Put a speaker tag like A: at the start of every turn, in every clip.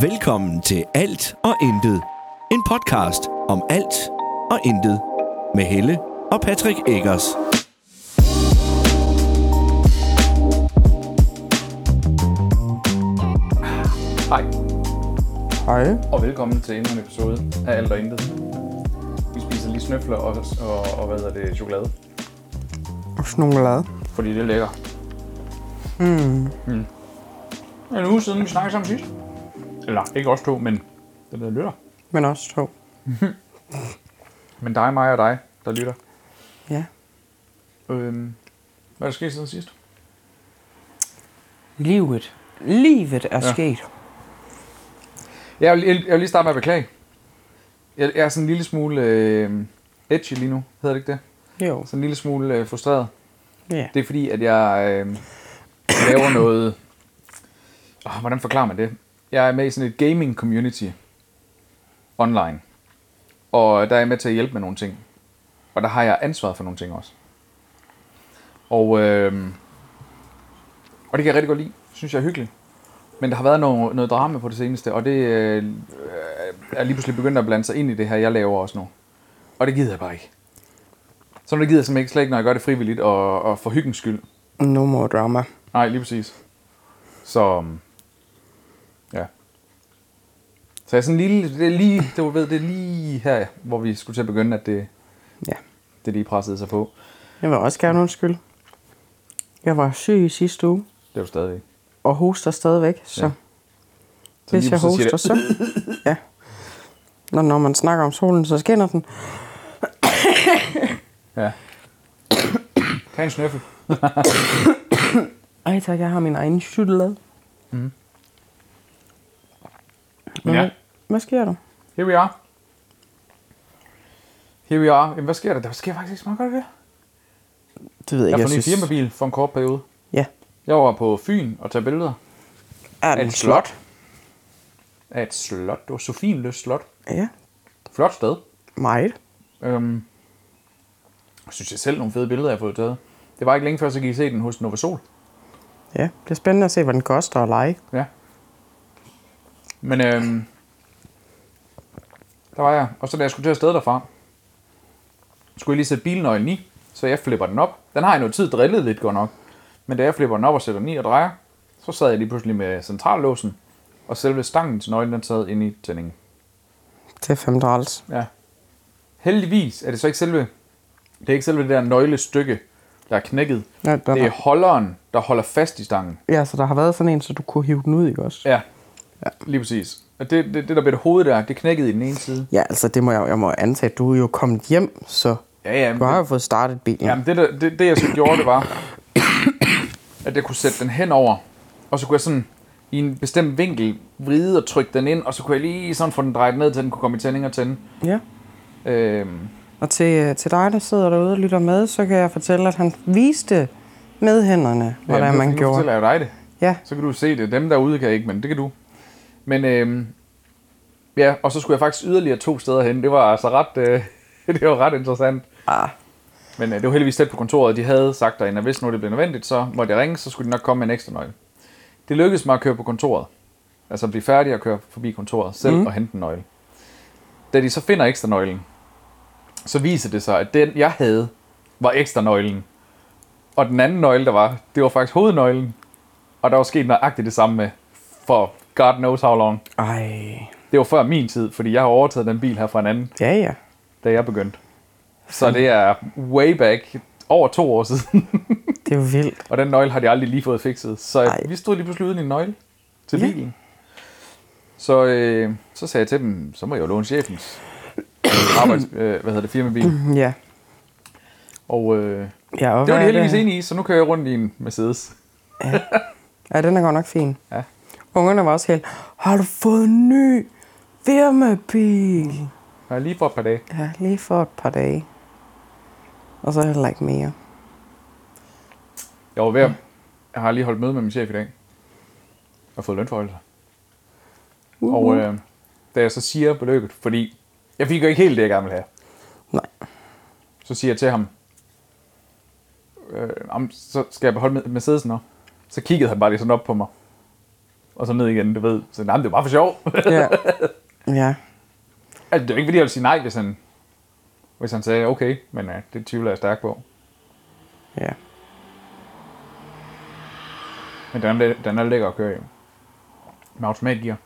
A: Velkommen til Alt og Intet. En podcast om alt og intet. Med Helle og Patrick Eggers.
B: Hej,
C: Hej.
B: og velkommen til endnu en episode af Alt og Intet. Vi spiser lige snøfler og, og, og hvad hedder det, chokolade,
C: Og snokolade.
B: fordi det er lækker. Hmm.
C: Mm.
B: En uge siden, vi snakkede sammen sidst. Eller ikke os to, men det der lytter.
C: Men også to.
B: Men dig, mig og dig, der lytter.
C: Ja.
B: Øhm, hvad er der sket siden sidst?
C: Livet. Livet er
B: Ja.
C: ja. sket.
B: Jeg vil, jeg vil- jeg vil lige starte med at beklage. Jeg, jeg er sådan en lille smule øh, edgy lige nu, hedder det ikke det?
C: Jo.
B: Sådan en lille smule øh, frustreret.
C: Ja.
B: Det er fordi, at jeg øh, laver noget... Oh, hvordan forklarer man det? Jeg er med i sådan et gaming community online. Og der er jeg med til at hjælpe med nogle ting. Og der har jeg ansvaret for nogle ting også. Og, øh, og det kan jeg rigtig godt lide. Synes jeg er hyggeligt. Men der har været noget, noget drama på det seneste, og det øh, er lige pludselig begyndt at blande sig ind i det her, jeg laver også nu. Og det gider jeg bare ikke. Så det gider jeg simpelthen ikke, slet ikke, når jeg gør det frivilligt og, og for hyggens skyld.
C: No more drama.
B: Nej, lige præcis. Så, øhm, ja. Så jeg er sådan lige, det er lige, det var ved, det er lige her, hvor vi skulle til at begynde, at det,
C: Ja.
B: det lige pressede sig på.
C: Jeg vil også gerne undskylde. Jeg var syg i sidste uge.
B: Det er jo stadig.
C: Og hoster stadigvæk. Så
B: Ja.
C: ja.
B: Så
C: hvis
B: lige
C: jeg
B: pludselig siger
C: hoster,
B: det,
C: så... Ja. Når, når man snakker om solen, så skinner den.
B: Ja. Tag en snøffel.
C: Ej tak, jeg har min egen chokolade.
B: Men ja,
C: Hvad sker der?
B: here we are. Here we are. Jamen, hvad sker der? Der sker faktisk ikke så meget godt i det.
C: Det ved jeg
B: Jeg
C: ikke,
B: har fået en ny firmabil for en kort periode.
C: Ja.
B: Jeg var på Fyn og tage billeder
C: Er
B: af
C: den
B: et
C: slot?
B: slot. Af et slot. Det var Sofienløs Slot.
C: Ja.
B: Flot sted.
C: Meget.
B: Øhm, jeg synes jeg selv nogle fede billeder, jeg har fået taget. Det var ikke længe før, så kan I se den hos Novasol.
C: Ja. Det er spændende at se, hvad den koster at lege.
B: Ja. Men øhm, der var jeg. Og så da jeg skulle til afsted derfra, skulle jeg lige sætte bilnøglen i, så jeg flipper den op. Den har jeg noget tid drillet lidt godt nok. Men da jeg flipper den op og sætter den i og drejer, så sad jeg lige pludselig med centrallåsen, og selve stangen til nøglen, den sad inde i tændingen.
C: Det er fem dollars.
B: Ja. Heldigvis er det så ikke selve, det er ikke selve det der nøglestykke, der er knækket.
C: Ja, der
B: det er
C: var-
B: holderen, der holder fast i stangen.
C: Ja, så der har været sådan en, så du kunne hive den ud, ikke også?
B: Ja, ja. lige præcis. Og det, det, det der ved det hoved der, det knækkede i den ene side.
C: Ja, altså det må jeg, jeg må antage, at du er jo kommet hjem, så
B: Ja, ja. Men
C: du har jo
B: det,
C: fået startet bilen.
B: jamen, det, der, det, det, jeg så gjorde, det var, at jeg kunne sætte den hen over, og så kunne jeg sådan i en bestemt vinkel vride og trykke den ind, og så kunne jeg lige sådan få den drejet ned, til den kunne komme i tænding og tænde.
C: ja.
B: Øhm,
C: Og til, øh, til dig, der sidder derude og lytter med, så kan jeg fortælle, at han viste med hænderne, hvordan
B: jamen,
C: man
B: nu
C: gjorde.
B: fortæller jeg dig det.
C: Ja,
B: Så kan du se det. Dem derude kan ikke, men det kan du. Men øhm, ja, og så skulle jeg faktisk yderligere to steder hen. Det var altså ret, øh, det var ret interessant.
C: ah,
B: Men øh, det var heldigvis tæt på kontoret. De havde sagt derinde, at hvis nu det blev nødvendigt, så måtte jeg ringe, så skulle de nok komme med en ekstra nøgle. Det lykkedes mig at køre på kontoret. Altså at blive færdig og køre forbi kontoret selv mm. og hente en nøgle. Da de så finder ekstra nøglen, så viser det sig, at den jeg havde, var ekstra nøglen. Og den anden nøgle, der var, det var faktisk hovednøglen. Og der var sket nøjagtigt det samme med, for God knows how long.
C: ej,
B: Det var før min tid, fordi jeg har overtaget den bil her fra en anden,
C: ja ja.
B: da jeg begyndte. Så det er way back, over to år siden.
C: Det er jo vildt.
B: Og den nøgle har de aldrig lige fået fikset. Så Ej.
C: Ej.
B: vi stod lige pludselig uden en nøgle til
C: Ja.
B: bilen. Så, øh, så sagde jeg til dem, så må jeg jo låne chefens arbejds, øh, hvad hedder det, firmabil.
C: Ja,
B: Og øh, det
C: ja og
B: var
C: hvad
B: de
C: er
B: heldigvis
C: det?
B: enige i, så nu kører jeg rundt i en Mercedes.
C: Ja, den er godt nok fin.
B: Ja.
C: Ungerne var også helt, har du fået en ny firmabil?
B: Og lige for et par dage.
C: Ja, lige for et par dage. Og så heller ikke mere.
B: Jeg var
C: Mm.
B: ved at, jeg har lige holdt møde med min chef i dag. Og fået lønforhøjelser. Uh-huh. Og øh, da jeg så siger beløbet, fordi jeg fik jo ikke helt det, jeg gerne ville have.
C: Nej.
B: Så siger jeg til ham, øh, om, så skal jeg beholde Mercedesen op. Så kiggede han bare lige sådan op på mig. og så ned igen, du ved. Så nej, men det er bare for sjov.
C: Ja. ja.
B: altså, det er jo ikke, fordi jeg ville sige nej, hvis han, hvis han sagde, okay, men ja, det tvivler jeg stærkt på.
C: Ja.
B: Men den er, den er lækker at køre i. Med automatgear.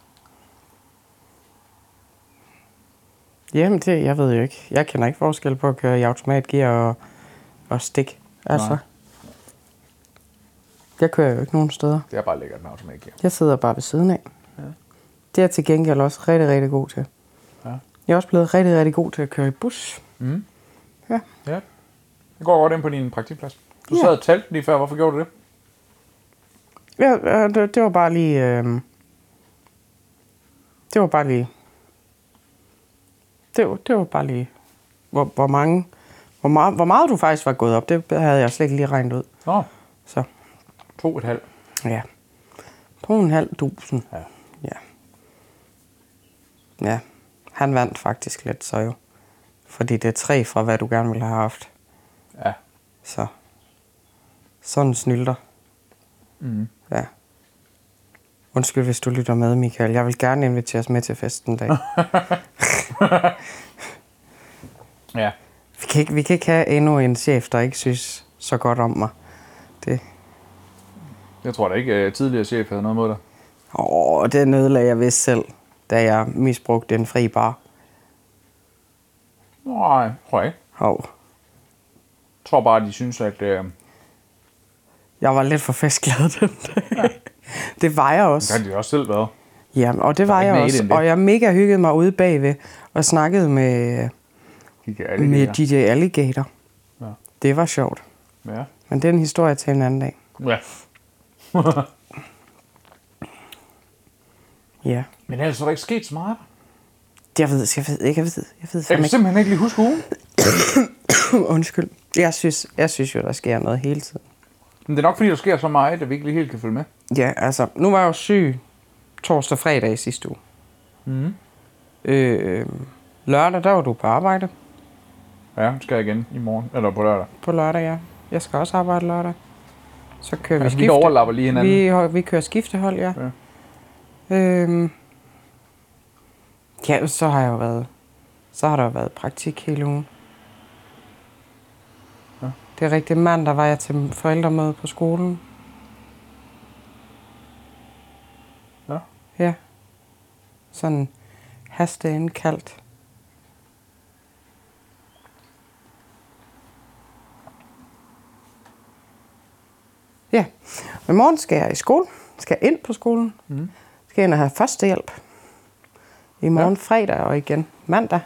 C: Jamen, det, jeg ved jo ikke. Jeg kender ikke forskel på at køre i automatgear og, og stik. Altså.
B: Nej.
C: Nej. Jeg kører jo ikke nogen steder.
B: Det er bare lækkert med automatgear.
C: Jeg sidder bare ved siden af. Ja. Det er jeg til gengæld også rigtig, rigtig god til.
B: Ja.
C: Jeg er også blevet rigtig, rigtig god til at køre i bus.
B: Mm.
C: Ja.
B: Ja. Det går godt ind på din praktikplads. Du
C: Ja.
B: sad og talte lige før. Hvorfor gjorde du det?
C: ja øh, det, det var bare lige... Øh, det var bare lige... Det var, det var bare lige... Hvor, hvor mange... Hvor meget, hvor meget du faktisk var gået op, det havde jeg slet ikke lige regnet ud.
B: Nå,
C: Så
B: to og et halvt.
C: ja. 2.500.
B: Ja.
C: Ja. Ja. Han vandt faktisk lidt, så jo. Fordi det er tre fra, hvad du gerne ville have haft.
B: Ja.
C: Så sådan snylter.
B: Mm.
C: Ja. Undskyld, hvis du lytter med, Michael. Jeg vil gerne inviteres med til festen en dag.
B: Ja.
C: Vi kan, ikke, vi kan ikke have endnu en chef, der ikke synes så godt om mig. Det.
B: Jeg tror da ikke, at tidligere chef havde noget mod dig.
C: Åh, det nødlagde jeg vist selv, da jeg misbrugte en fri bar.
B: Nej, tror jeg ikke.
C: Hov.
B: Jeg tror bare, de synes, at... Øh,
C: Jeg var lidt for festglad den dag. Det var jeg
B: det har
C: også.
B: de også selv været.
C: Ja, og det var
B: ikke
C: jeg
B: mere i det
C: også.
B: end det.
C: Og jeg mega hyggede mig ude bagved og snakkede med,
B: De kan alle
C: med
B: det
C: DJ Alligator.
B: Ja.
C: Det var sjovt.
B: der. Ja.
C: Men det er en historie til en anden dag.
B: ja.
C: Ja.
B: Men ellers er der ikke sket så meget.
C: Jeg ved, jeg ved ikke, jeg ved, jeg ved
B: Jeg
C: fandme
B: kan
C: ikke.
B: simpelthen ikke lige huske ugen.
C: Undskyld. Jeg synes, jeg synes jo, der sker noget hele tiden.
B: Men det er nok, fordi der sker så meget, at vi ikke lige helt kan følge med.
C: Ja, altså, nu var jeg jo syg torsdag og fredag i sidste uge. Mm.
B: Mhm.
C: Øh, lørdag, der var du på arbejde.
B: Ja, det skal jeg igen i morgen. Eller på lørdag.
C: På lørdag, ja. Jeg skal også arbejde lørdag. Så kører vi
B: Altså, vi
C: skifte.
B: overlapper lige hinanden.
C: Vi, hol- vi kører skiftehold, ja. ja. Øhm, ja, så har jeg jo været... Så har der jo været praktik hele ugen.
B: Ja.
C: Det er rigtigt. Mandag var jeg til forældremøde på skolen.
B: Ja.
C: Ja. Sådan hasteindkaldt. Ja. Men i morgen skal jeg i skole. Skal jeg ind på skolen. Mm. Skal jeg ind og have førstehjælp. I morgen ja. fredag og igen mandag.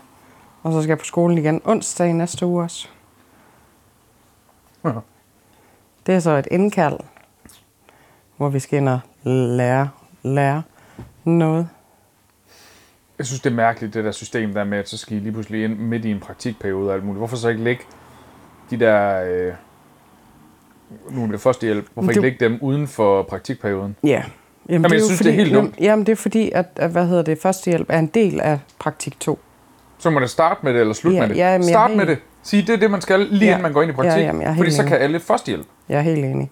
C: Og så skal jeg på skolen igen onsdag i næste uge også.
B: Ja.
C: Det er så et indkald, hvor vi skal ind og lære, lære noget.
B: Jeg synes, det er mærkeligt, det der system der med, at så skal I lige pludselig ind midt i en praktikperiode og alt muligt. Hvorfor så ikke lægge de der... Øh, nu er det førstehjælp. Hvorfor ikke
C: det-
B: lægge dem uden for praktikperioden?
C: Ja. Jamen,
B: jeg
C: jo
B: synes, det er helt dumt.
C: Jamen, jamen, det er fordi, at, at, hvad hedder det, førstehjælp er en del af praktik 2.
B: Så må det starte med det, eller slutte
C: Ja,
B: med det.
C: ja, men jeg er
B: Start
C: helt-
B: med det. Sig, det er det, man skal, lige
C: Ja.
B: inden man går ind i
C: Ja,
B: praktik.
C: jamen, jeg er helt
B: fordi så
C: enig.
B: kan alle førstehjælp.
C: Jeg er helt enig.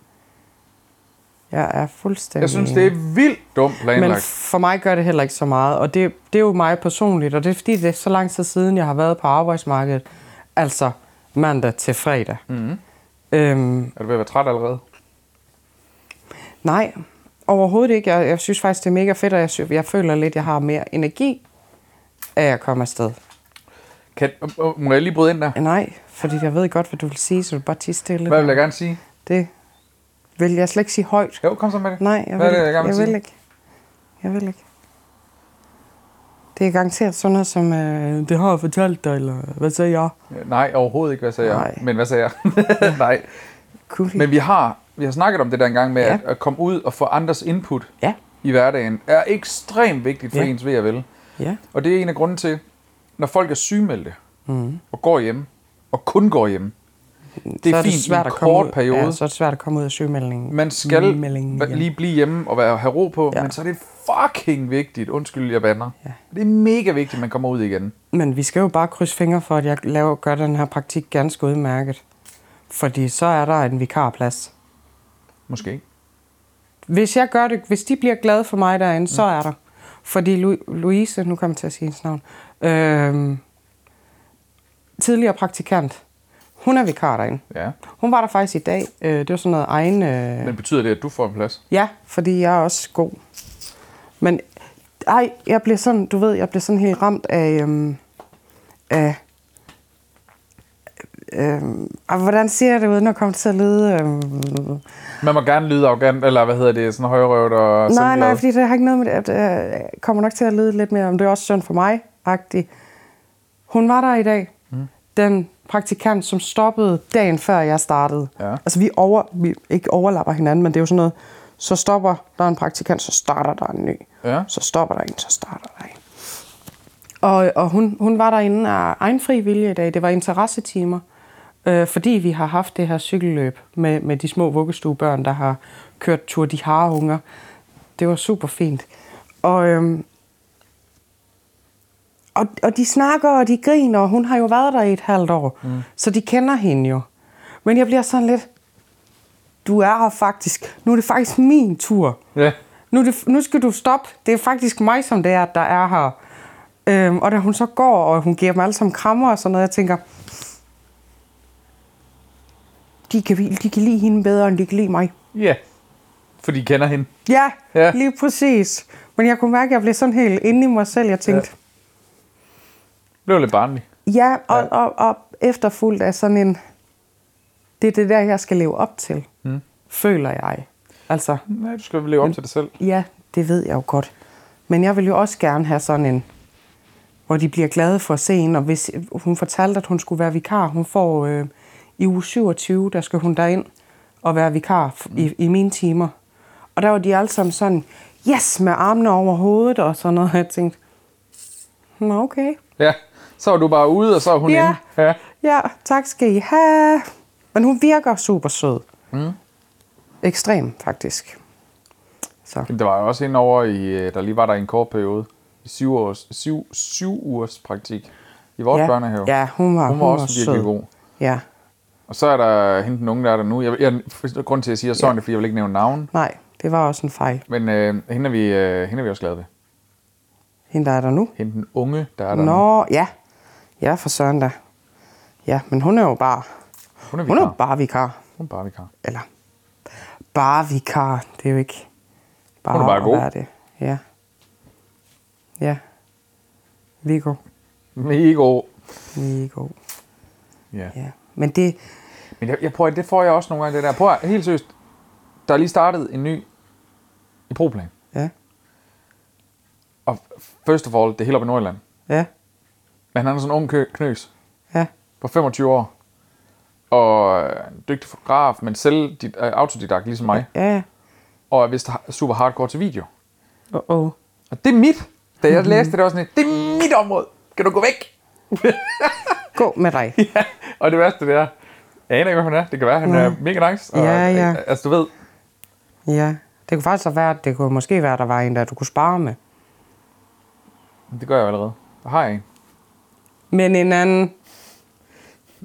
C: Jeg er fuldstændig
B: Jeg synes,
C: enig.
B: det er vildt dumt
C: Men
B: planlagt.
C: for mig gør det heller ikke så meget, og det, det er jo mig personligt, og det er fordi, det er så lang tid siden, jeg har været på arbejdsmarkedet, altså mandag til fredag.
B: Mhm.
C: Mm-hmm. Øhm,
B: Er du ved at være træt allerede?
C: nej, overhovedet ikke. Jeg, jeg synes faktisk, det er mega fedt, og jeg, sy- jeg føler lidt, jeg har mere energi, af at komme afsted.
B: Kan, øh, øh, må jeg lige bryde ind der?
C: Nej, fordi jeg ved godt, hvad du vil sige, så du bare tisse stille.
B: Hvad vil jeg gerne sige?
C: Det vil jeg slet ikke sige højt.
B: Jo, kom så med det.
C: Nej, jeg
B: Hvad er det,
C: vil,
B: jeg
C: ikke.
B: gerne vil sige?
C: jeg vil ikke. Jeg vil ikke. Det er garanteret sådan noget som, øh, det har jeg fortalt dig, eller hvad sagde jeg?
B: Øh, Nej, overhovedet ikke, hvad sagde jeg?
C: Nej.
B: Men hvad sagde jeg? Nej.
C: Cookie.
B: Men vi har, vi har snakket om det der engang med, ja.
C: Ja.
B: at, at komme ud og få andres input
C: Ja,
B: i hverdagen, er ekstremt vigtigt for ja.
C: Ja.
B: ens ved og vel.
C: ja,
B: Og det er en af grunden til, når folk er sygemeldte mm. og går hjem, og kun går hjem, det er,
C: Mm, så er
B: fint
C: det svært
B: i en
C: at
B: kort
C: komme ud.
B: periode.
C: Ja, så er det svært at komme ud af sygemeldingen.
B: Man skal
C: Meldingen
B: va-
C: igen.
B: lige blive hjemme og være, have ro på, ja.
C: Ja.
B: men så er det fucking vigtigt, undskyld jeg bander.
C: Ja.
B: Det er mega vigtigt, at man kommer ud igen.
C: Men vi skal jo bare krydse fingre for, at jeg laver, gør den her praktik ganske udmærket. Fordi så er der en vikarplads.
B: Måske ikke.
C: hvis jeg gør det, hvis de bliver glade for mig derinde, så er der. Fordi Lu- Louise, nu kommer jeg til at sige hendes navn, øh, tidligere praktikant, hun er vikar derinde.
B: Ja.
C: Hun var der faktisk i dag. Øh, det var sådan noget egen... Øh,
B: Men betyder det, at du får en plads?
C: ja, fordi jeg er også god. Men ej, jeg bliver sådan, du ved, jeg bliver sådan helt ramt af... Øhm, af øhm, og hvordan siger jeg det uden at komme til at lyde... Øhm,
B: Man må gerne lyde arrogant, eller hvad hedder det, sådan højrøvet og
C: nej,
B: selvglad.
C: nej, fordi det har ikke noget med det. at, øh, Jeg kommer nok til at lyde lidt mere om, det er også synd for mig -agtigt. Hun var der i dag. Mm. Den praktikant, som stoppede dagen før jeg startede.
B: Ja.
C: Altså vi, over, vi ikke overlapper hinanden, men det er jo sådan noget, så stopper der en praktikant, så starter der en ny.
B: Ja.
C: Så stopper der en, så starter der en. Og, og hun, hun var derinde af egen fri vilje i dag. Det var interessetimer, øh, fordi vi har haft det her cykelløb med, med de små vuggestuebørn, der har kørt tur de har unger. Det var super fint. Og, øhm, og, og de snakker, og de griner, og hun har jo været der i et halvt år, mm. så de kender hende jo. Men jeg bliver sådan lidt, du er her faktisk. Nu er det faktisk min tur.
B: Ja.
C: Nu, er det, nu skal du stoppe. Det er faktisk mig, som det er, der er her. Øhm, og da hun så går, og hun giver dem alle sammen krammer og sådan noget, jeg tænker, de kan, de kan lide hende bedre, end de kan lide mig.
B: ja. Fordi I kender hende.
C: Ja,
B: Ja.
C: ja, lige præcis. Men jeg kunne mærke, at jeg blev sådan helt inde i mig selv. Jeg tænkte,
B: Det blev lidt barnlig.
C: ja, ja og, ja. Og, og, og efterfuldt af sådan en, det er det der, jeg skal leve op til, mm. føler jeg. Altså,
B: Nej, du skal leve op til dig selv.
C: ja, det ved jeg jo godt. Men jeg vil jo også gerne have sådan en, hvor de bliver glade for at se en. Og hvis hun fortalte, at hun skulle være vikar, hun får øh, i uge 27, der skal hun derind og være vikar f- i, i mine timer. Og der var de alle sammen sådan, yes, med armene over hovedet og sådan noget. Jeg tænkte, nå okay.
B: Ja. Så er du bare ude, og så er hun
C: Ja.
B: inde. Ja.
C: Ja, tak skal I have. Men hun virker super sød. Mm. Ekstrem, faktisk. Så.
B: Jamen, der var jo også en over i, øh, der lige var der i en kort periode, i syv års, syv, syv ugers praktik i vores
C: ja.
B: børnehave.
C: Ja, hun var,
B: hun var også
C: sød.
B: virkelig god.
C: Ja,
B: Og så er der hende den unge, der er der nu. Jeg, jeg, jeg grund til, at jeg siger sådan, ja. fordi jeg vil ikke nævne navn.
C: nej, det var også en fejl.
B: Men øh, hende, er vi, øh, hende er vi også glade ved.
C: Hende, der er der nu.
B: Hende den unge, der er der nu.
C: Nå, ja. Ja, for søren da. Ja, men hun er jo bare,
B: Hun er
C: hun er jo
B: vikar.
C: bare vikar.
B: Hun er bare vikar.
C: Eller, bare vikar. Det er jo ikke bare,
B: Hun er bare
C: at
B: god.
C: være det. Ja. Ja. Vigo.
B: Mega god.
C: Vigo.
B: Ja.
C: Ja. Men det,
B: Men jeg, jeg prøver, det får jeg også nogle gange, det der. Prøv at- helt seriøst. Der er lige startet en ny i Proplan.
C: ja.
B: Og first of all, det er helt op i Nordjylland.
C: Ja.
B: Men han er sådan en ung kø- knøs.
C: Ja.
B: på 25 år, og er en dygtig fotograf, men selv dit, øh, autodidakt, ligesom mig,
C: Ja, ja.
B: og er vist har- super hardcore til video.
C: Oh, oh.
B: Og det er mit. Da
C: Mhm.
B: jeg læste det, det var sådan et, det er mit område. Kan du gå væk?
C: Gå med dig.
B: Ja. Og det værste, det er, jeg aner ikke, hvad han er. Det kan være, han er mega nice. Og,
C: Ja, ja.
B: øh, Altså, du ved,
C: Ja. Det kunne faktisk så være, det kunne måske være, der var en, der du kunne spare med.
B: det gør jeg jo allerede. Der har jeg en.
C: Men en anden,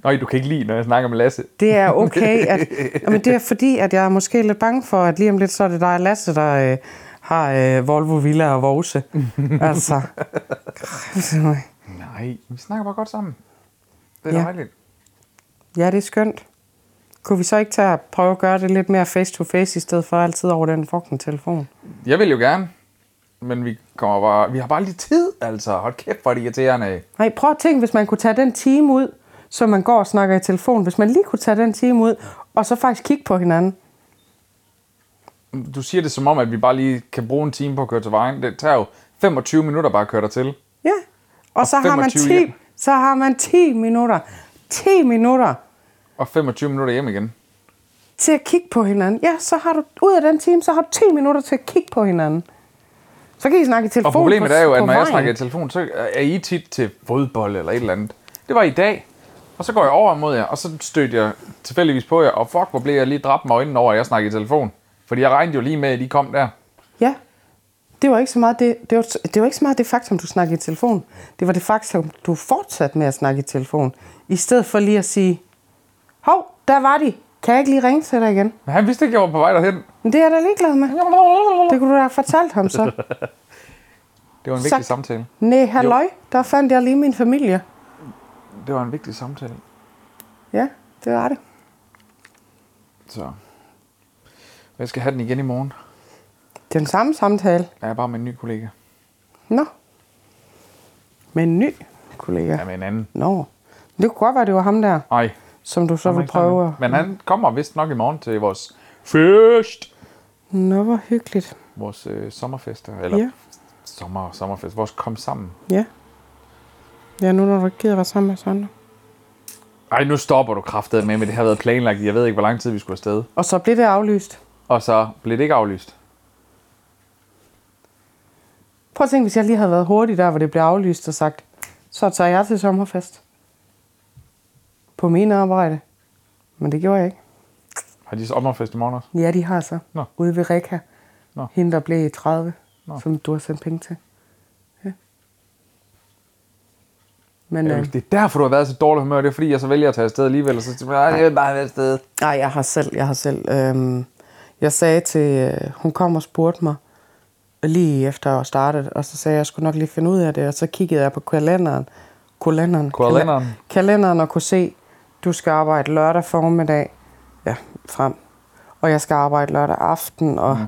B: Nå, du kan ikke lide, når jeg snakker med Lasse.
C: det er okay. At, jamen, det er fordi, at jeg er måske lidt bange for, at lige om lidt, så er det dig og Lasse, der øh, har øh, Volvo Villa og Vose. altså.
B: Nej, vi snakker bare godt sammen. Det er
C: Ja.
B: ja. dejligt.
C: Ja, det er skønt. Kunne vi så ikke tage og prøve at gøre det lidt mere face-to-face, i stedet for altid over den fucking telefon?
B: Jeg vil jo gerne, men vi kommer bare, vi har bare lige tid, altså. Hold kæft, hvor er det irriterende.
C: Nej, prøv at tænke, hvis man kunne tage den time ud, så man går og snakker i telefon. Hvis man lige kunne tage den time ud, og så faktisk kigge på hinanden.
B: Du siger det som om, at vi bare lige kan bruge en time på at køre til vejen. Det tager jo 25 minutter bare at køre dertil.
C: Ja. Og, og så, har man
B: 25
C: 10,
B: hjem.
C: så har man 10 minutter. 10 minutter
B: Og 25 minutter hjem igen.
C: til at kigge på hinanden. Ja, så har du ud af den time, så har du 10 minutter til at kigge på hinanden. Så kan I snakke i telefon
B: Og problemet
C: på,
B: er jo, at
C: på
B: når jeg
C: vejen.
B: snakker i telefon, så er I tit til fodbold eller et eller andet. Det var i dag. Og så går jeg over mod jer, og så stødte jeg tilfældigvis på jer. Og fuck, hvor blev jeg lige dræbt med øjnene over, at jeg snakkede i telefon. Fordi jeg regnede jo lige med, at I kom der.
C: Ja. Det var, ikke så meget det, det, var, det var ikke så meget det faktum, du snakkede i telefon. Det var det faktum, du fortsatte med at snakke i telefon. I stedet for lige at sige, hov, der var de. Kan Kan jeg ikke lige ringe til dig igen?
B: Men han vidste ikke, jeg var på vej derhen.
C: Men det er jeg da ligeglad med. Det kunne du da have fortalt ham så.
B: Det var en vigtig
C: Så-
B: samtale.
C: Nej, halløj, der fandt jeg lige min familie.
B: Det var en vigtig samtale.
C: Ja, det var det.
B: Så. Jeg skal have den igen i morgen.
C: Det er den samme samtale.
B: Jeg er bare med en ny kollega.
C: Nå. Med en ny kollega.
B: Ja, med en anden.
C: Nå. Men det kunne godt være, det var ham der,
B: Ej.
C: som du så
B: ham er
C: vil
B: ikke sammen
C: prøve.
B: med.
C: at-
B: Men han kommer vist nok i morgen til vores fest.
C: Nå, hvor hyggeligt.
B: Vores øh, sommerfest. der. Eller
C: Ja.
B: sommer og sommerfest. Vores kom sammen.
C: Ja. Ja, nu når du ikke gider være sammen med Sander.
B: Ej, nu stopper du kraftet med, men det har været planlagt. i, Jeg ved ikke, hvor lang tid vi skulle afsted.
C: Og så blev det aflyst.
B: Og så blev det ikke aflyst.
C: Prøv at tænke, hvis jeg lige havde været hurtig der, hvor det blev aflyst og sagt, så tager jeg til sommerfest. På min arbejde. Men det gjorde jeg ikke.
B: Har de sommerfest i morgen også?
C: Ja, de har så.
B: Nå.
C: Ude ved Reka.
B: Nå.
C: Hende, der blev 30,
B: Nå.
C: som du har sendt penge til. Ja. Men,
B: Ja.
C: øh,
B: Det er derfor, du har været i så dårlig humør. Det er fordi, jeg så vælger at tage afsted alligevel. Og så tænker jeg, "Ej, jeg vil bare være afsted.
C: Nej, jeg har selv, jeg har selv. Øhm, jeg sagde til, øh, hun kom og spurgte mig lige efter jeg startede, og så sagde jeg, jeg skulle nok lige finde ud af det, og så kiggede jeg på kalenderen, kalenderen,
B: Kalenderen.
C: kala- kalenderen og kunne se, du skal arbejde lørdag formiddag, ja, frem, og jeg skal arbejde lørdag aften, og mm.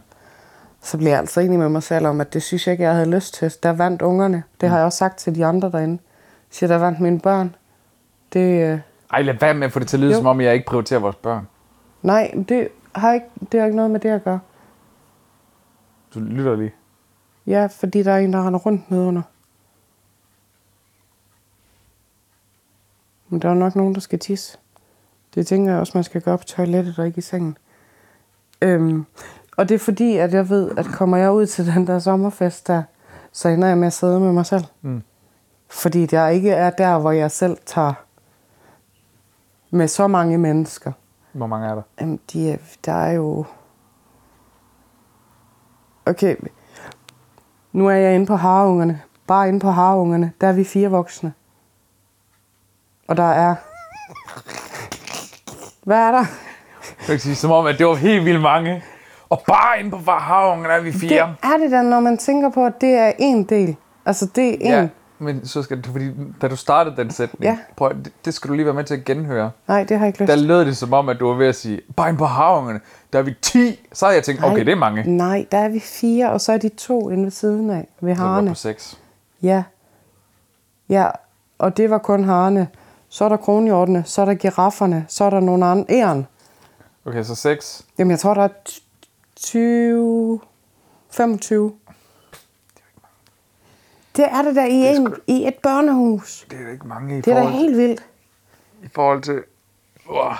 C: så blev jeg altså enig med mig selv om, at det synes jeg ikke, jeg havde lyst til. Der vandt ungerne, det har jeg også sagt til de andre derinde. Jeg siger, der vandt mine børn. Det, øh,
B: Ej, lad være med at få det til at lyde,
C: Jo.
B: som om jeg ikke prioriterer vores børn.
C: nej, det har ikke, det har ikke noget med det at gøre.
B: Du lytter lige.
C: Ja, fordi der er en, der render rundt nedenunder. Men der er nok nogen, der skal tisse. Det tænker jeg også, man skal gøre på toilettet og ikke i sengen. Øhm, og det er fordi, at jeg ved, at kommer jeg ud til den der sommerfest der, så ender jeg med at sidde med mig selv.
B: Mm.
C: Fordi jeg ikke er der, hvor jeg selv tager med så mange mennesker.
B: Hvor mange er der?
C: Jamen, de er, der er jo... Okay, nu er jeg inde på harungerne. Bare inde på harungerne, der er vi fire voksne. Og der er... Hvad er der?
B: Du kan ikke sige, som om, at det var helt vildt mange. Og bare inde på Farhavn er vi
C: Det
B: fire.
C: er det da, når man tænker på, at det er en del. Altså, det er en.
B: Ja, men så skal du, fordi da du startede den sætning,
C: Ja.
B: prøv, at- det, det skal du lige være med til at genhøre.
C: Nej, det har jeg ikke lyst
B: Der lød det som om, at du var ved at sige, bare inde på havnen, der er vi 10. Så havde jeg tænkt, okay,
C: Nej.
B: det er mange. Så
C: Nej, der er vi fire, og så er de to inde ved siden af, ved
B: du var
C: harerne.
B: på 6.
C: Ja. Ja, og det var kun harerne. Så er der kronhjortene, så er der girafferne, så er der nogle andre æren.
B: Okay, så 6.
C: Jamen, jeg tror, der er ty- 20... 25. Det er det der i, en, i et børnehus.
B: Det er da ikke mange i,
C: Det er da
B: forhold,
C: helt vildt.
B: i forhold til... Uah.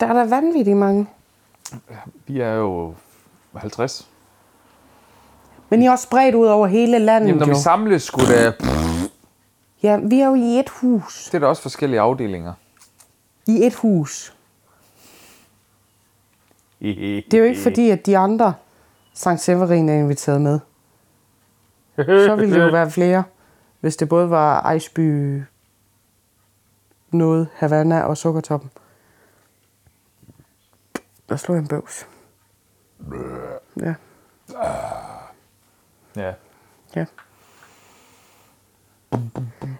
C: Der er der vanvittigt mange.
B: Vi er jo 50.
C: Mm, Men I er også spredt ud over hele landet,
B: Jamen, når vi
C: jo.
B: samles, skulle det...
C: Ja, vi er jo i et hus.
B: Det er da også forskellige afdelinger.
C: I et hus. Det er jo ikke fordi, at de andre Sankt Severin er inviteret med. Så ville det jo være flere, hvis det både var Ejsby, noget, Havana og Sukkertoppen. Der slog jeg en bøvs. Ja,
B: Ja.
C: ja.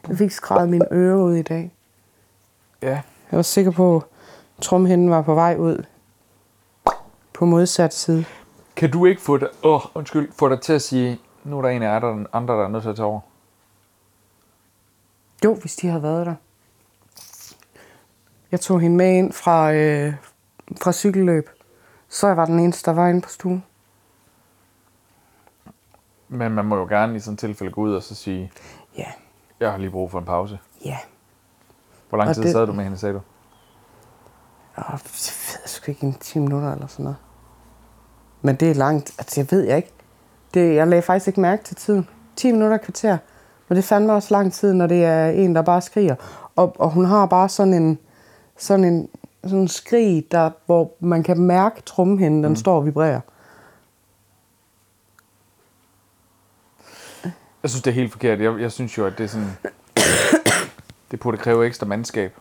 C: Jeg fik skrevet mine ører ud i dag.
B: Ja.
C: Jeg var sikker på, at trumhinden var på vej ud på modsat side.
B: Kan du ikke få dig, åh, undskyld, få dig til at sige, nu er der en af jer, der- andre, der er nødt til at tage over?
C: Jo, hvis de havde været der. Jeg tog hende med ind fra, øh, fra cykelløb. Så jeg var den eneste, der var inde på stuen.
B: Men man må jo gerne i sådan et tilfælde gå ud og så sige,
C: Ja,
B: jeg har lige brug for en pause.
C: ja.
B: Hvor lang
C: Og
B: tid
C: det-
B: sad du med hende, sagde du?
C: Og jeg ved sgu ikke, en 10 minutter eller sådan noget. Men det er langt. Altså, jeg ved jeg ikke. Det, jeg lagde faktisk ikke mærke til tiden. 10 minutter et kvarter. Men det fandme også lang tid, når det er en, der bare skriger. Og, og hun har bare sådan en, sådan en sådan en skrig, der, hvor man kan mærke trummehinden, den mm. står og vibrerer.
B: Jeg synes, det er helt forkert. Jeg, jeg synes jo, at det er sådan... det burde kræve ekstra mandskab.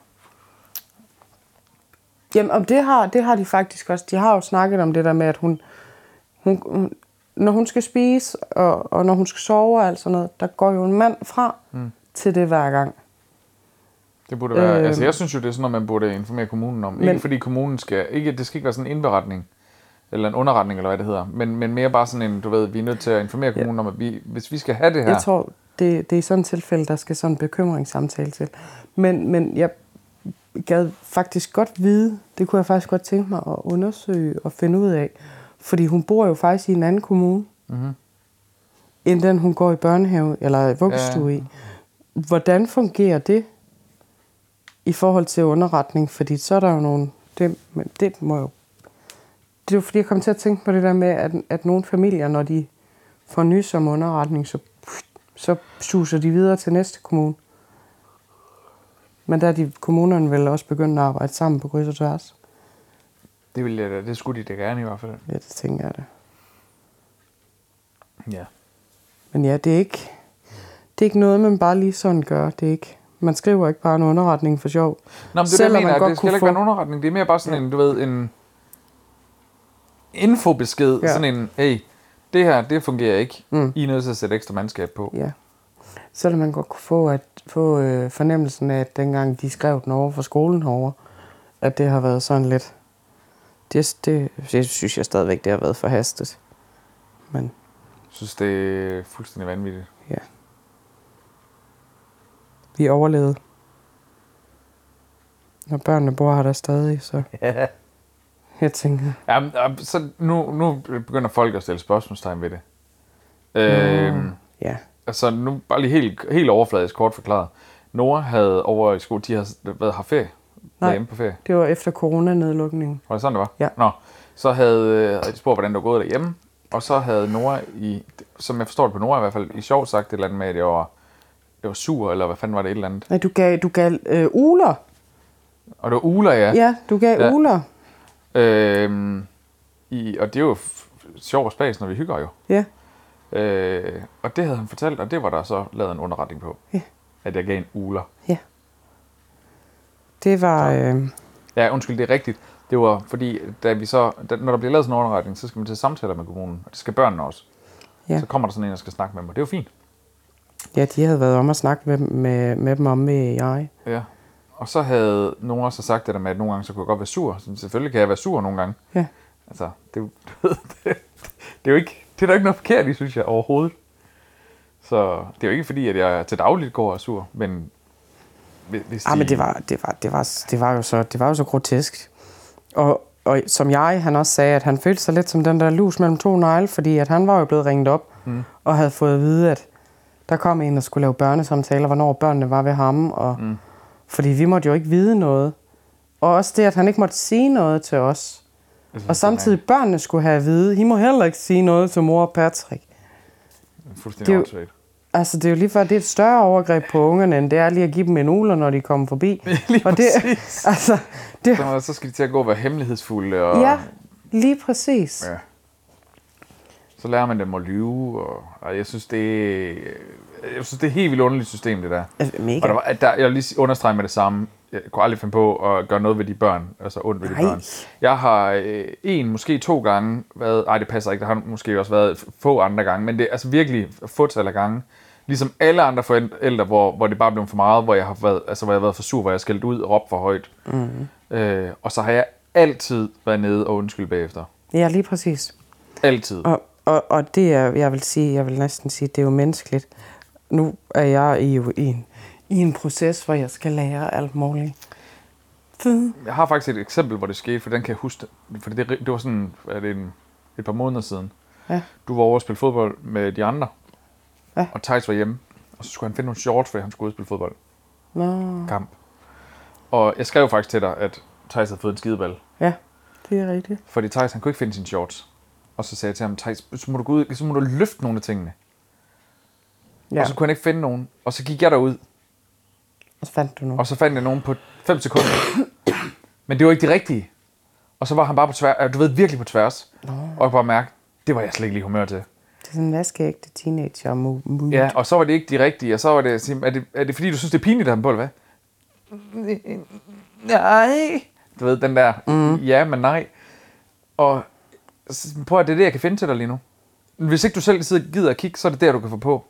C: Jamen, om det har, det har de faktisk også. De har jo snakket om det der med, at hun, hun, hun når hun skal spise, og, og når hun skal sove og alt sådan noget, der går jo en mand fra mm. til det hver gang.
B: Det burde være,
C: Øhm.
B: altså jeg synes jo, det er sådan noget, man burde informere kommunen om. Men, ikke
C: Men-
B: fordi kommunen skal, ikke, det skal ikke være sådan en indberetning, eller en underretning, eller hvad det hedder, men, men mere bare sådan en, du ved, vi er nødt til at informere kommunen om, at vi, hvis vi skal have det her,
C: Jeg tror, det, det er i sådan et tilfælde, der skal sådan en bekymringssamtale til. Men, men jeg gad faktisk godt vide, det kunne jeg faktisk godt tænke mig at undersøge og finde ud af. Fordi hun bor jo faktisk i en anden kommune, mm-hmm. end den hun går i børnehave eller vuggestue
B: Ja.
C: ja. i. Hvordan fungerer det i forhold til underretning? Fordi så er der jo nogle... Det, men det må jo det er jo fordi, jeg kom til at tænke på det der med, at, at nogle familier, når de får nys om underretning, så, så suser de videre til næste kommune. Men der er de, kommunerne vel også begyndt at arbejde sammen på kryds og tværs.
B: det, vil jeg, da- det skulle de da gerne i hvert fald.
C: Ja, det tænker jeg da.
B: Ja.
C: Men ja, det er ikke, det er ikke noget, man bare lige sådan gør. Det er ikke, man skriver ikke bare en underretning for sjov.
B: Nå, men det, er det,
C: Selvom
B: jeg mener,
C: man
B: at
C: godt
B: det skal
C: kunne
B: heller ikke være
C: få-
B: en underretning, det er mere bare sådan en, du ved, en infobesked, ja.
C: Ja.
B: sådan en, hey, det her, det fungerer ikke, mm. I er nødt til at sætte ekstra mandskab på.
C: Ja. Selvom man godt kunne få, at, få øh, fornemmelsen af, at dengang de skrev den over for skolen herover, at det har været sådan lidt... Det, det, det synes jeg stadigvæk, det har været forhastet. Men
B: Jeg synes, det er fuldstændig vanvittigt.
C: ja. Vi overlevede. Når børnene bor her der stadig, så... Ja. Jeg tænker...
B: Ja, men, og så nu, nu begynder folk at stille spørgsmålstegn ved det. Øhm,
C: Ja.
B: altså nu bare lige helt, helt overfladisk kort forklaret. Nora havde over i skole, de har været har ferie. Nej.
C: Nej.
B: hjemme på ferie.
C: Det var efter coronanedlukningen.
B: Var det sådan, det var?
C: Ja.
B: Nå, så havde, øh, havde de spurgt, hvordan det var gået derhjemme. Og så havde Nora, i, som jeg forstår det på Nora i hvert fald, i sjov sagt et eller andet med, at jeg var, jeg var sur, eller hvad fanden var det et eller andet.
C: Nej, du gav, du gav øh, uler.
B: Og det var Ula, ja.
C: Ja, du gav
B: Ja.
C: ja. uler.
B: Øhm, i, og det er jo f- sjov og spas, når vi hygger jo.
C: Ja.
B: Øh, og det havde han fortalt, og det var der så lavet en underretning på.
C: Ja.
B: At jeg gav en uler.
C: Ja. Det var... Øh,
B: Ja, undskyld, det er rigtigt. Det var fordi, da vi så, da, når der bliver lavet sådan en underretning, så skal man til samtaler med kommunen, og det skal børnene også.
C: ja.
B: Så kommer der sådan en, der skal snakke med mig. Det er jo fint.
C: ja, de havde været om at snakke med, med, med dem om med jeg.
B: Ja. Og så havde nogen også sagt det der med, at nogle gange så kunne jeg godt være sur. Så selvfølgelig kan jeg være sur nogle gange.
C: Ja.
B: Altså, det, er jo- det, det er jo ikke, det er der ikke noget forkert i, synes jeg, overhovedet. Så det er jo ikke fordi, at jeg til dagligt går og er sur, men hvis- hvis
C: Ah,
B: de-
C: men det var, det, var, det, var, det, var jo så, det var jo så grotesk. Og, og som jeg, han også sagde, at han følte sig lidt som den der lus mellem to negle, fordi at han var jo blevet ringet op mm. og havde fået at vide, at der kom en, der skulle lave børnesamtaler, hvornår børnene var ved ham. Og, mm. Fordi vi måtte jo ikke vide noget. Og også det, at han ikke måtte sige noget til os.
B: Jeg synes,
C: Og samtidig børnene skulle have at vide, I må heller ikke sige noget til mor og Patrick.
B: Det er
C: det er
B: fuldstændig
C: jo-
B: åndssvagt.
C: Altså, det er jo lige før, det er et større overgreb på ungerne, end det er lige at give dem en uler, når de kommer forbi.
B: Lige
C: og det,
B: præcis.
C: altså, det,
B: Så, så skal de til at gå og være hemmelighedsfulde. Og,
C: ja, lige præcis.
B: Ja. Så lærer man dem at lyve, og, og jeg synes, det er, jeg synes, det er et helt vildt underligt system, det der.
C: Altså,
B: Og der,
C: Mega.
B: var, at der, jeg vil lige s- understrege med det samme, jeg kunne aldrig finde på at gøre noget ved de børn, altså ondt ved de
C: Nej.
B: børn. Jeg har øh, en, måske to gange været, nej det passer ikke, der har måske også været f- få andre gange, men det er altså virkelig fåtal af gange, ligesom alle andre forældre, hvor, hvor det bare blev for meget, hvor jeg har været, altså, hvor jeg har været for sur, hvor jeg har skældt ud og råbt for højt. Mm. Øh, og så har jeg altid været nede og undskylde bagefter.
C: Ja, lige præcis.
B: Altid.
C: Og, og, og det er, jeg vil sige, jeg vil næsten sige, det er jo menneskeligt. Nu er jeg i, jo i, en, i en proces, hvor jeg skal lære alt muligt. Fed.
B: Jeg har faktisk et eksempel, hvor det skete, for den kan jeg huske. For det, det var sådan, er det en, et par måneder siden.
C: Ja.
B: Du var over og spille fodbold med de andre.
C: Ja.
B: Og Thijs var hjemme. Og så skulle han finde nogle shorts, fordi han skulle ud og spille fodbold.
C: Nå,
B: Kamp. Og jeg skrev faktisk til dig, at Thijs havde fået en skideball.
C: ja, det er rigtigt.
B: Fordi Thijs, han kunne ikke finde sine shorts. Og så sagde jeg til ham, Thijs, så må du gå ud, så må du løfte nogle af tingene. Ja.
C: Ja,
B: Og så kunne han ikke finde nogen. Og så gik jeg derud,
C: og så fandt du nu.
B: Og så fandt jeg nogen på 5 sekunder. Men det var ikke de rigtige. Og så var han bare på tværs, øh, du ved, virkelig på tværs. Nå. Og jeg kunne bare mærke, det var jeg slet ikke lige i humør til.
C: Det er sådan en vaskeægte teenager mood.
B: Ja, og så var det ikke de rigtige, og så var det, jeg siger, er det, er det fordi, du synes, det er pinligt at have dem på, eller hvad? Nej. Du ved, den der, mm. ja, men nej. Og s- prøv at det er det, jeg kan finde til dig lige nu. Hvis ikke du selv sidder og gider at kigge, så er det der, du kan få på.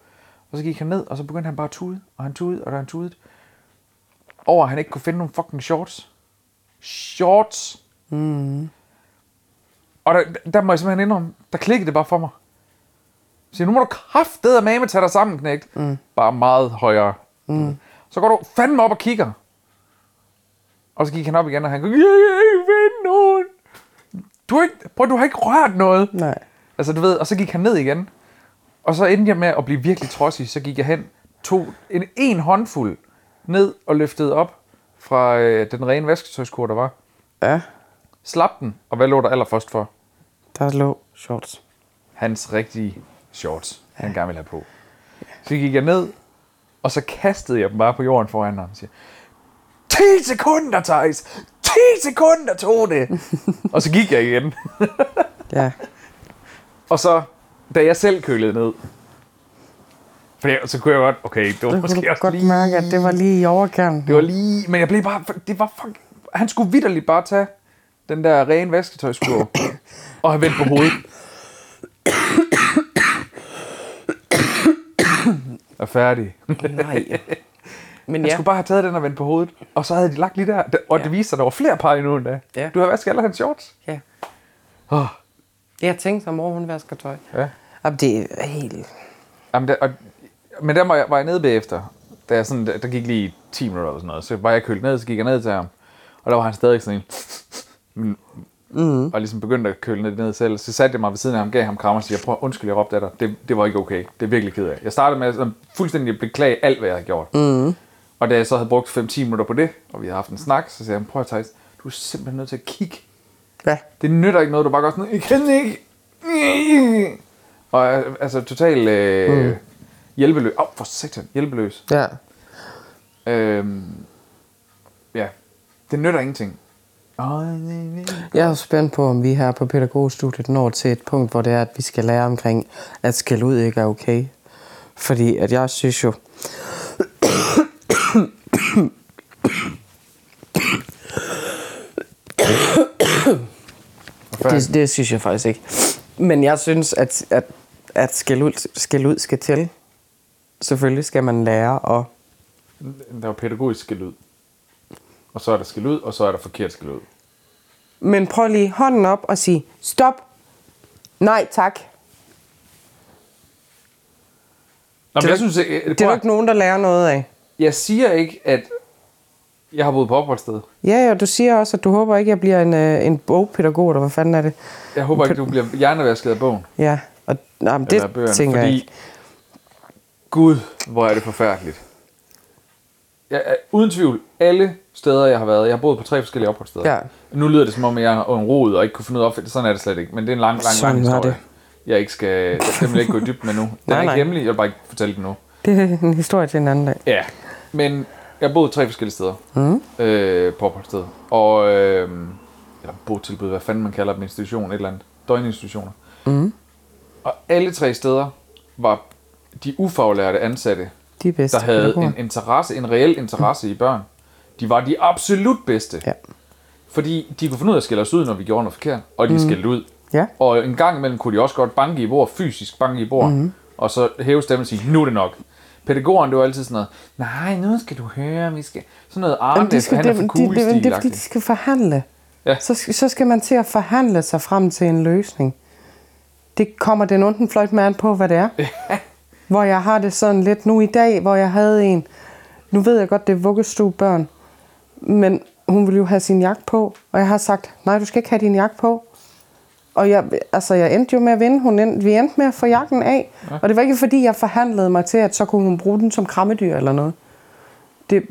B: Og så gik han ned, og så begyndte han bare at tude, og han tude, og der han tudet. Over, at han ikke kunne finde nogle fucking shorts. Shorts! Mm. Og der, der, må jeg simpelthen indrømme, der klikkede det bare for mig. Så siger, nu må du kraftedeme med tage dig sammen, knægt. Mm. Bare meget højere. Mm. Så går du fandme op og kigger. Og så gik han op igen, og han går, jeg ved nogen. Du har, ikke, prøv, du har ikke rørt noget.
C: Nej.
B: Altså, du ved, og så gik han ned igen. Og så endte jeg med at blive virkelig trodsig, så gik jeg hen, tog en, en håndfuld ned og løftede op fra øh, den rene vasketøjskur, der var.
C: Ja,
B: Slap den, og hvad lå der allerførst for?
C: der lå shorts.
B: hans rigtige shorts, ja. han gerne ville have på. Så gik jeg ned, og så kastede jeg dem bare på jorden foran ham og siger, 10 sekunder, Thijs! 10 sekunder tog det! og så gik jeg igen.
C: Ja.
B: Og så, da jeg selv kølede ned, for jeg, så kunne jeg godt, okay, det var
C: Det
B: måske
C: kunne du
B: også
C: godt
B: lige,
C: mærke, at det var lige i overkanten.
B: det var lige, men jeg blev bare, det var fuck, han skulle vidderligt bare tage den der rene vasketøjskur og have vendt på hovedet. er færdig.
C: Nej. Men
B: Han
C: ja,
B: skulle bare have taget den og vendt på hovedet, og så havde de lagt lige der, og det
C: Ja.
B: viste sig, at der var flere par endnu endda.
C: Ja.
B: Du har vasket alle hans shorts.
C: ja.
B: Oh,
C: Jeg tænkte, som mor, hun vasker tøj.
B: ja.
C: Og det er helt...
B: Jamen, der, og, men der var jeg, var jeg nede bagefter. Da jeg sådan, der, der gik lige 10 minutter eller sådan noget. Så var jeg kølt ned, så gik jeg ned til ham. Og der var han stadig sådan en... Men- Og ligesom begyndte at køle ned, ned selv. Så satte jeg mig ved siden af ham, gav ham krammer og siger, prøv undskyld, jeg råbte af dig. Det, det var ikke okay. Det er virkelig ked af. Jeg startede med at sådan fuldstændig at beklage alt, hvad jeg havde gjort. Mm. Og da jeg så havde brugt 5-10 minutter på det, og vi havde haft en snak, så sagde han, prøv at Thijs, du er simpelthen nødt til at kigge
C: Ja.
B: det nytter ikke noget, du bare går sådan, jeg kan ikke. Og øh, altså total øh, mm. hjælpeløs. Åh, oh, for satan, hjælpeløs.
C: Ja.
B: Øhm, ja, det nytter ingenting. Åh, nej, nej.
C: Jeg er jo spændt på, om vi her på pædagogstudiet når til et punkt, hvor det er, at vi skal lære omkring, at skæld ud ikke er okay. Fordi at jeg synes jo... Det, det synes jeg faktisk ikke. Men jeg synes, at, at, at skæld, ud, skæld ud skal til. Selvfølgelig skal man lære og
B: Der var pædagogisk skæld ud. Og så er der skæld ud, og så er der forkert skæld ud.
C: Men prøv lige hånden op og sig stop. Nej, tak.
B: Nå,
C: Det
B: men
C: er
B: jeg
C: jo
B: synes, jeg,
C: Det er der ikke nogen, der lærer noget af.
B: jeg siger ikke, at jeg har boet på opholdssted.
C: Ja, ja, du siger også, at du håber ikke, jeg bliver en, øh, en bogpædagog, eller hvad fanden er det?
B: Jeg håber ikke, du bliver hjernevasket af bogen.
C: Ja, og nej, men
B: eller af
C: det bøgerne, tænker fordi... jeg ikke.
B: Gud, hvor er det forfærdeligt. Jeg, er- uden tvivl, alle steder, jeg har været, jeg har boet på tre forskellige opholdssteder.
C: Ja.
B: Nu lyder det, som om jeg er en rod og ikke kunne finde ud af at opfinde. Sådan er det slet ikke, men det er en lang, lang,
C: Sådan
B: lang
C: var
B: historie.
C: det.
B: Jeg ikke skal, den vil jeg ikke gå i dybden med nu. Den
C: Nej,
B: er ikke
C: nej.
B: hemmelig, jeg vil bare ikke fortælle den nu.
C: Det er en historie til en anden dag.
B: Ja, men jeg boede tre forskellige steder mm. øh, på opholdssted. Og, øh, eller botilbud, hvad fanden man kalder dem, institution, et eller andet. Døgninstitutioner. Mm. Og alle tre steder var de ufaglærte ansatte,
C: De er bedste
B: der havde
C: pædagoger.
B: en interesse, en reel interesse i børn. De var de absolut bedste.
C: Ja.
B: Fordi de kunne finde ud af at skælde os ud, når vi gjorde noget forkert. Og de mm. skældte ud.
C: Ja.
B: Og en gang imellem kunne de også godt banke i bord, fysisk banke i bord,
C: Mhm.
B: mm-hmm. og så hæve stemmen og sige, nu er det nok. Pædagogerne, det var altid sådan noget, nej, nu skal du høre, vi skal... Sådan noget
C: Jamen,
B: Arne, skal,
C: de skal,
B: han
C: det,
B: er
C: det,
B: for
C: det,
B: cool
C: det, det, det er fordi, de
B: stil
C: skal forhandle.
B: Ja.
C: Så, sk- så skal man til at forhandle sig frem til en løsning. Det kommer den onden fløjt med an på, hvad det er. hvor jeg har det sådan lidt nu i dag, hvor jeg havde en... Nu ved jeg godt, det er vuggestuebørn, men hun ville jo have sin jakke på, og jeg har sagt, nej, du skal ikke have din jakke på. Og jeg, altså, jeg endte jo med at vinde. Hun end, vi endte med at få jakken af. Ja. Og det var ikke, fordi jeg forhandlede mig til, at så kunne hun bruge den som krammedyr eller noget. Det,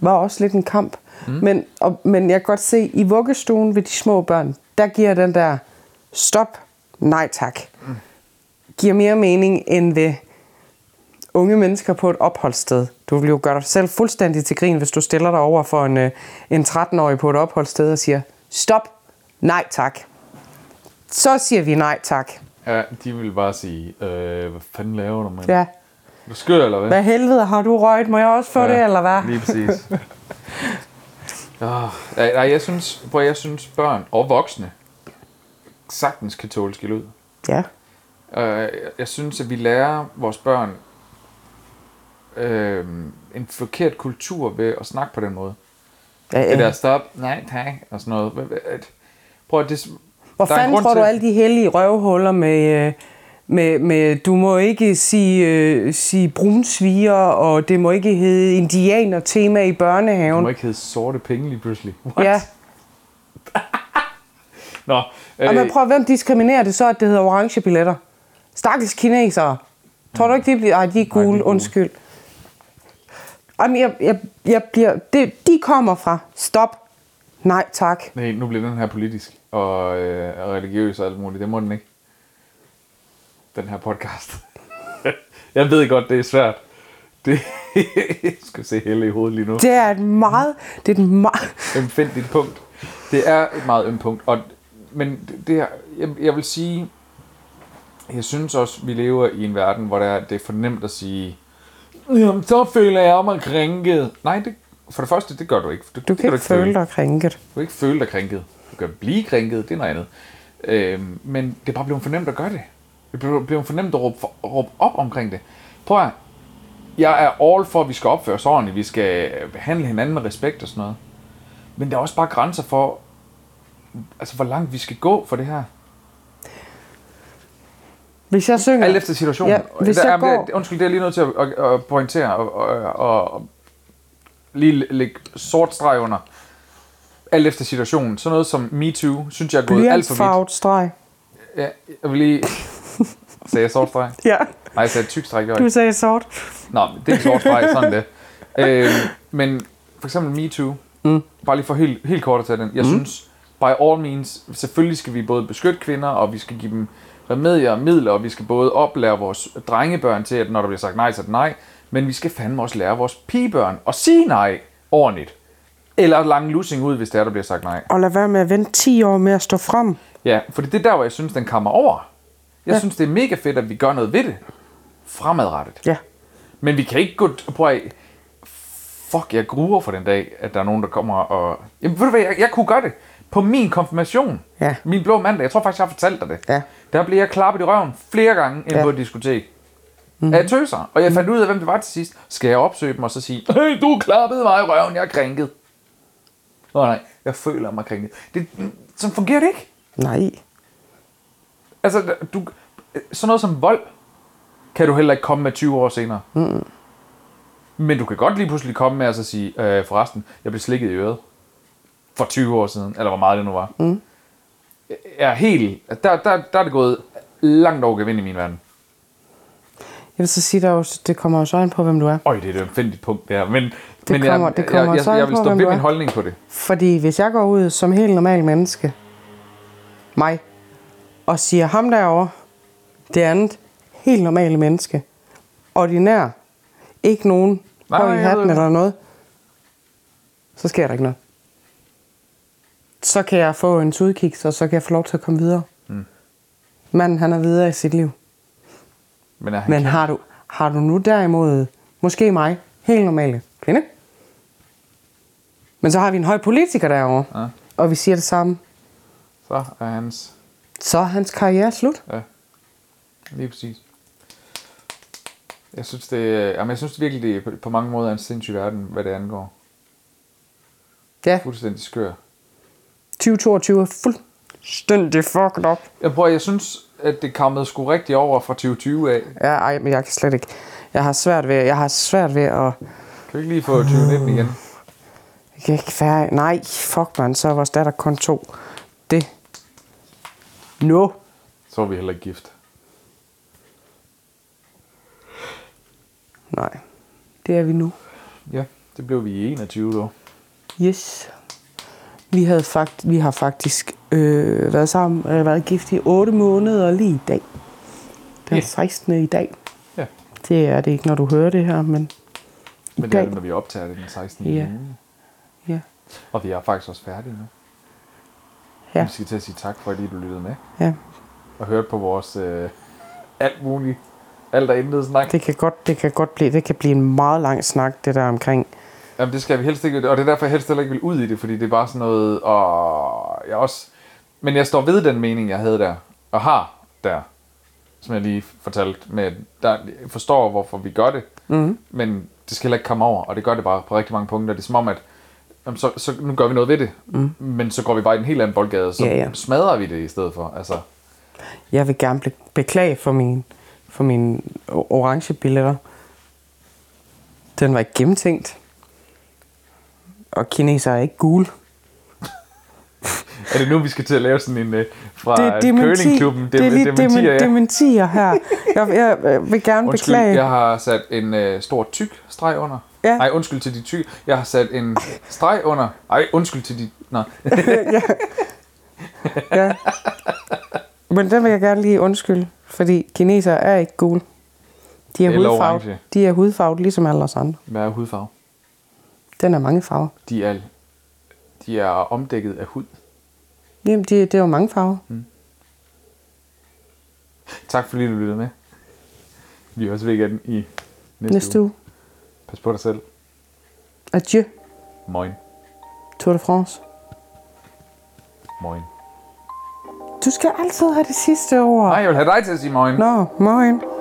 C: var også lidt en kamp. Mm. Men, og, men jeg kan godt se, i vuggestuen ved de små børn, der giver den der stop, nej tak, mm. giver mere mening end ved unge mennesker på et opholdssted. Du vil jo gøre dig selv fuldstændig til grin, hvis du stiller dig over for en, øh, en 13-årig på et opholdssted og siger, stop, nej tak. Så siger vi nej tak.
B: Ja, de ville bare sige, øh, hvad fanden laver du, mand? Ja.
C: Ja.
B: Du er skør, eller hvad?
C: Hvad helvede har du røget? Må jeg også få ja. det, eller hvad?
B: Lige præcis. Oh, nej, jeg synes, prøv, at- jeg synes børn og voksne sagtens kan tåle skæld ud.
C: Ja.
B: Øh, jeg synes, at vi lærer vores børn øh, en forkert kultur ved at snakke på den måde.
C: ja, ja.
B: Det der stop, nej tak, og sådan noget. Hvad- hvad- at- Prøv at det,
C: Hvor
B: der er en
C: fanden
B: grund
C: tror
B: til-
C: du alle de hellige røvhuller med, øh, med, med du må ikke sige, øh, sige brunsviger, og det må ikke hedde indianer tema i
B: Du
C: børnehaven.
B: må ikke hedde sorte penge lige pludselig. What?
C: ja.
B: Nå, øh,
C: Og man prøver, hvem diskriminerer det så, at det hedder orange billetter? Stakkels kinesere. Tror du ikke, de bliver... Ej, de er gule,
B: gule.
C: undskyld. Jamen, jeg, jeg, jeg bliver... Det, de kommer fra. Stop. Nej, tak.
B: nej, nu bliver den her politisk og øh, og religiøs og alt muligt. Det må den ikke. Den her podcast. jeg ved godt, det er svært. Det jeg skal se hele i hovedet lige nu.
C: Det er et meget... Det er et meget...
B: ømfindtligt punkt. Det er et meget ømt punkt. Og, men det- det her, jeg, jeg vil sige, jeg synes også, vi lever i en verden, hvor det er, det er for nemt at sige, jamen så føler jeg mig krænket. Nej, det, for det første, det gør du ikke. det
C: Du kan ikke føle dig krænket.
B: Du kan ikke føle dig krænket. Du kan blive krænket, det er noget andet. Øhm, men det er bare blevet for nemt at gøre det. Det er blevet for nemt at råbe, for, råbe op omkring det. Prøv at høre. jeg er all for, at vi skal opføre os ordentligt, vi skal behandle hinanden med respekt og sådan noget. Men der er også bare grænser for, altså hvor langt vi skal gå for det her.
C: Hvis jeg synger...
B: Alt efter situationen.
C: Ja, hvis jeg
B: er,
C: går-
B: det, undskyld, det er jeg lige nødt til at, at, at pointere og, og, og, og lige lægge sort streg under. Alt efter situationen. Sådan noget som MeToo, synes jeg er gået alt for vidt.
C: Blyantfarvet streg.
B: Ja, jeg vil lige... Sagde jeg sort streg?
C: Ja,
B: Nej, jeg sagde tyk streg. gjorde jeg
C: du
B: ikke.
C: sagde sort.
B: Nå, men det er en sort streg, sådan det. Øhm, men for eksempel MeToo. Mm. Bare lige for helt, helt kort at tage den. Jeg mm. synes, by all means, selvfølgelig skal vi både beskytte kvinder, og vi skal give dem remedier og midler, og vi skal både oplære vores drengebørn til, at når der bliver sagt nej, så er det nej. Men vi skal fandme også lære vores pigebørn at sige nej ordentligt. Eller lange lussing ud, hvis det er, der bliver sagt nej.
C: Og lad være med at vente 10 år med at stå frem.
B: Ja, for det er der, hvor jeg synes, den kommer over. Jeg ja. synes, det er mega fedt, at vi gør noget ved det. Fremadrettet.
C: Ja.
B: Men vi kan ikke gå... Prøv at, fuck, jeg gruer for den dag, at der er nogen, der kommer og... Jamen, ved du hvad, jeg, jeg kunne gøre det på min konfirmation.
C: Ja.
B: Min blå mandag. Jeg tror faktisk, jeg har fortalt dig det.
C: Ja.
B: Der blev jeg klappet i røven flere gange ind ja.
C: Ja. Mhm.
B: på et diskotek. Mm-hmm. Af tøser. Og jeg fandt ud af, hvem det var til sidst. Skal jeg opsøge dem og så sige, hey, du klappede mig i røven, jeg er krænket. Nå nej, jeg føler mig krænket. Det, sådan fungerer det ikke.
C: Nej.
B: Altså, du, sådan noget som vold kan du heller ikke komme med 20 år senere. Mm. Men du kan godt lige pludselig komme med og så sige, øh, forresten, jeg blev slikket i øret for 20 år siden, eller hvor meget det nu var. Mm. Jeg er helt, der, der, der er det gået langt over gevind i min verden.
C: Jeg vil så sige, der er jo, det kommer jo så an på, hvem du er.
B: Øj, det er et ømfindtligt punkt, det her. Men, det men
C: kommer-
B: jeg,
C: det kommer
B: jeg,
C: så
B: jeg,
C: an
B: jeg vil
C: på,
B: stå
C: hvem
B: ved
C: du
B: min
C: er.
B: holdning på det.
C: Fordi hvis jeg går ud som helt normal menneske, mig, og siger ham derovre, det andet, helt normale menneske, ordinær, ikke nogen
B: Nej,
C: høj i
B: jeg
C: hatten
B: ved-
C: eller noget, så sker der ikke noget. Så kan jeg få en tudkiks, og så kan jeg få lov til at komme videre. Mm. Manden, han er videre i sit liv.
B: Men, er han
C: Men har du, har du nu derimod, måske mig, helt normale kvinde? Men så har vi en høj politiker derovre,
B: Ja.
C: og vi siger det samme.
B: så er hans...
C: Så er hans karriere slut.
B: Ja, lige præcis. Jeg synes, det, er- jamen, jeg synes virkelig, det er på- på mange måder er en sindssyg verden, hvad det angår.
C: Ja,
B: Fuldstændig skør.
C: 2022 er fuldstændig fucked up.
B: Jeg prøver, jeg synes, at det kammede sgu rigtig over fra 2020 af.
C: Ja, ej, men jeg kan slet ikke. Jeg har svært ved, jeg har svært ved at...
B: Kan vi ikke lige få 2019 igen?
C: Jeg kan ikke være... Nej, fuck man, så er vores datter kun to. Det. No.
B: Så er vi heller ikke gift.
C: Nej. Det er vi nu.
B: Ja, det blev vi i 21 år.
C: Yes. Vi, havde fakt, vi har faktisk øh, været sammen, øh, været gift i 8 måneder lige i dag. Den
B: Ja.
C: 16. i dag.
B: Ja,
C: Det er det ikke, når du hører det her, men i
B: men det er
C: dag.
B: det, når vi optager det den 16.
C: Ja.
B: juni.
C: ja.
B: Og vi er faktisk også færdige nu.
C: Ja.
B: Vi skal til at sige tak for, at I du lyttede med.
C: ja.
B: Og hørte på vores øh, alt muligt, alt og intet snak.
C: Det kan godt, det kan godt blive, det kan blive en meget lang snak, det der omkring
B: Jamen, det skal vi helst ikke, og det er derfor, jeg helst heller ikke vil ud i det, fordi det er bare sådan noget, og jeg også... Men jeg står ved den mening, jeg havde der, og har der, som jeg lige fortalte, med, at der, jeg forstår, hvorfor vi gør det,
C: Mhm.
B: mm-hmm. men det skal heller ikke komme over, og det gør det bare på rigtig mange punkter. Det er som om, at jamen, så, så, nu gør vi noget ved det, mm. men så går vi bare i en helt anden boldgade, og så
C: Mhm. Ja, ja.
B: smadrer vi det i stedet for. Altså,
C: Jeg vil gerne be- beklage for min, for mine o- orange billetter. Den var ikke gennemtænkt. Og kineser er ikke gule.
B: er det nu, vi skal til at lave sådan en øh, fra
C: det, det er min ti-
B: curlingklubben?
C: Det er lige dementi,
B: dementier, ja.
C: dementier her. Jeg, jeg, jeg vil gerne
B: Undskyld,
C: beklage.
B: jeg har sat en øh, stor tyk streg under.
C: Ja.
B: Nej, undskyld til de tyk. Jeg har sat en streg under. Ej, undskyld til de... Nej.
C: Ja. Men den vil jeg gerne lige undskylde, fordi kineser er ikke gule. De er,
B: Eller
C: hudfarvet,
B: orange.
C: de er hudfarvet, ligesom alle os andre.
B: Hvad er hudfarve?
C: Den er mange farver.
B: De er, de er omdækket af hud.
C: Jamen, de, det er jo mange farver.
B: Mm, Tak fordi du lyttede med. Vi er også væk igen i næste,
C: Næste uge.
B: Pas på dig selv.
C: Adieu,
B: Moin.
C: Tour de France.
B: Moin.
C: Du skal altid have det sidste ord.
B: Nej, jeg vil have dig til at sige moin.
C: Nå, morgen.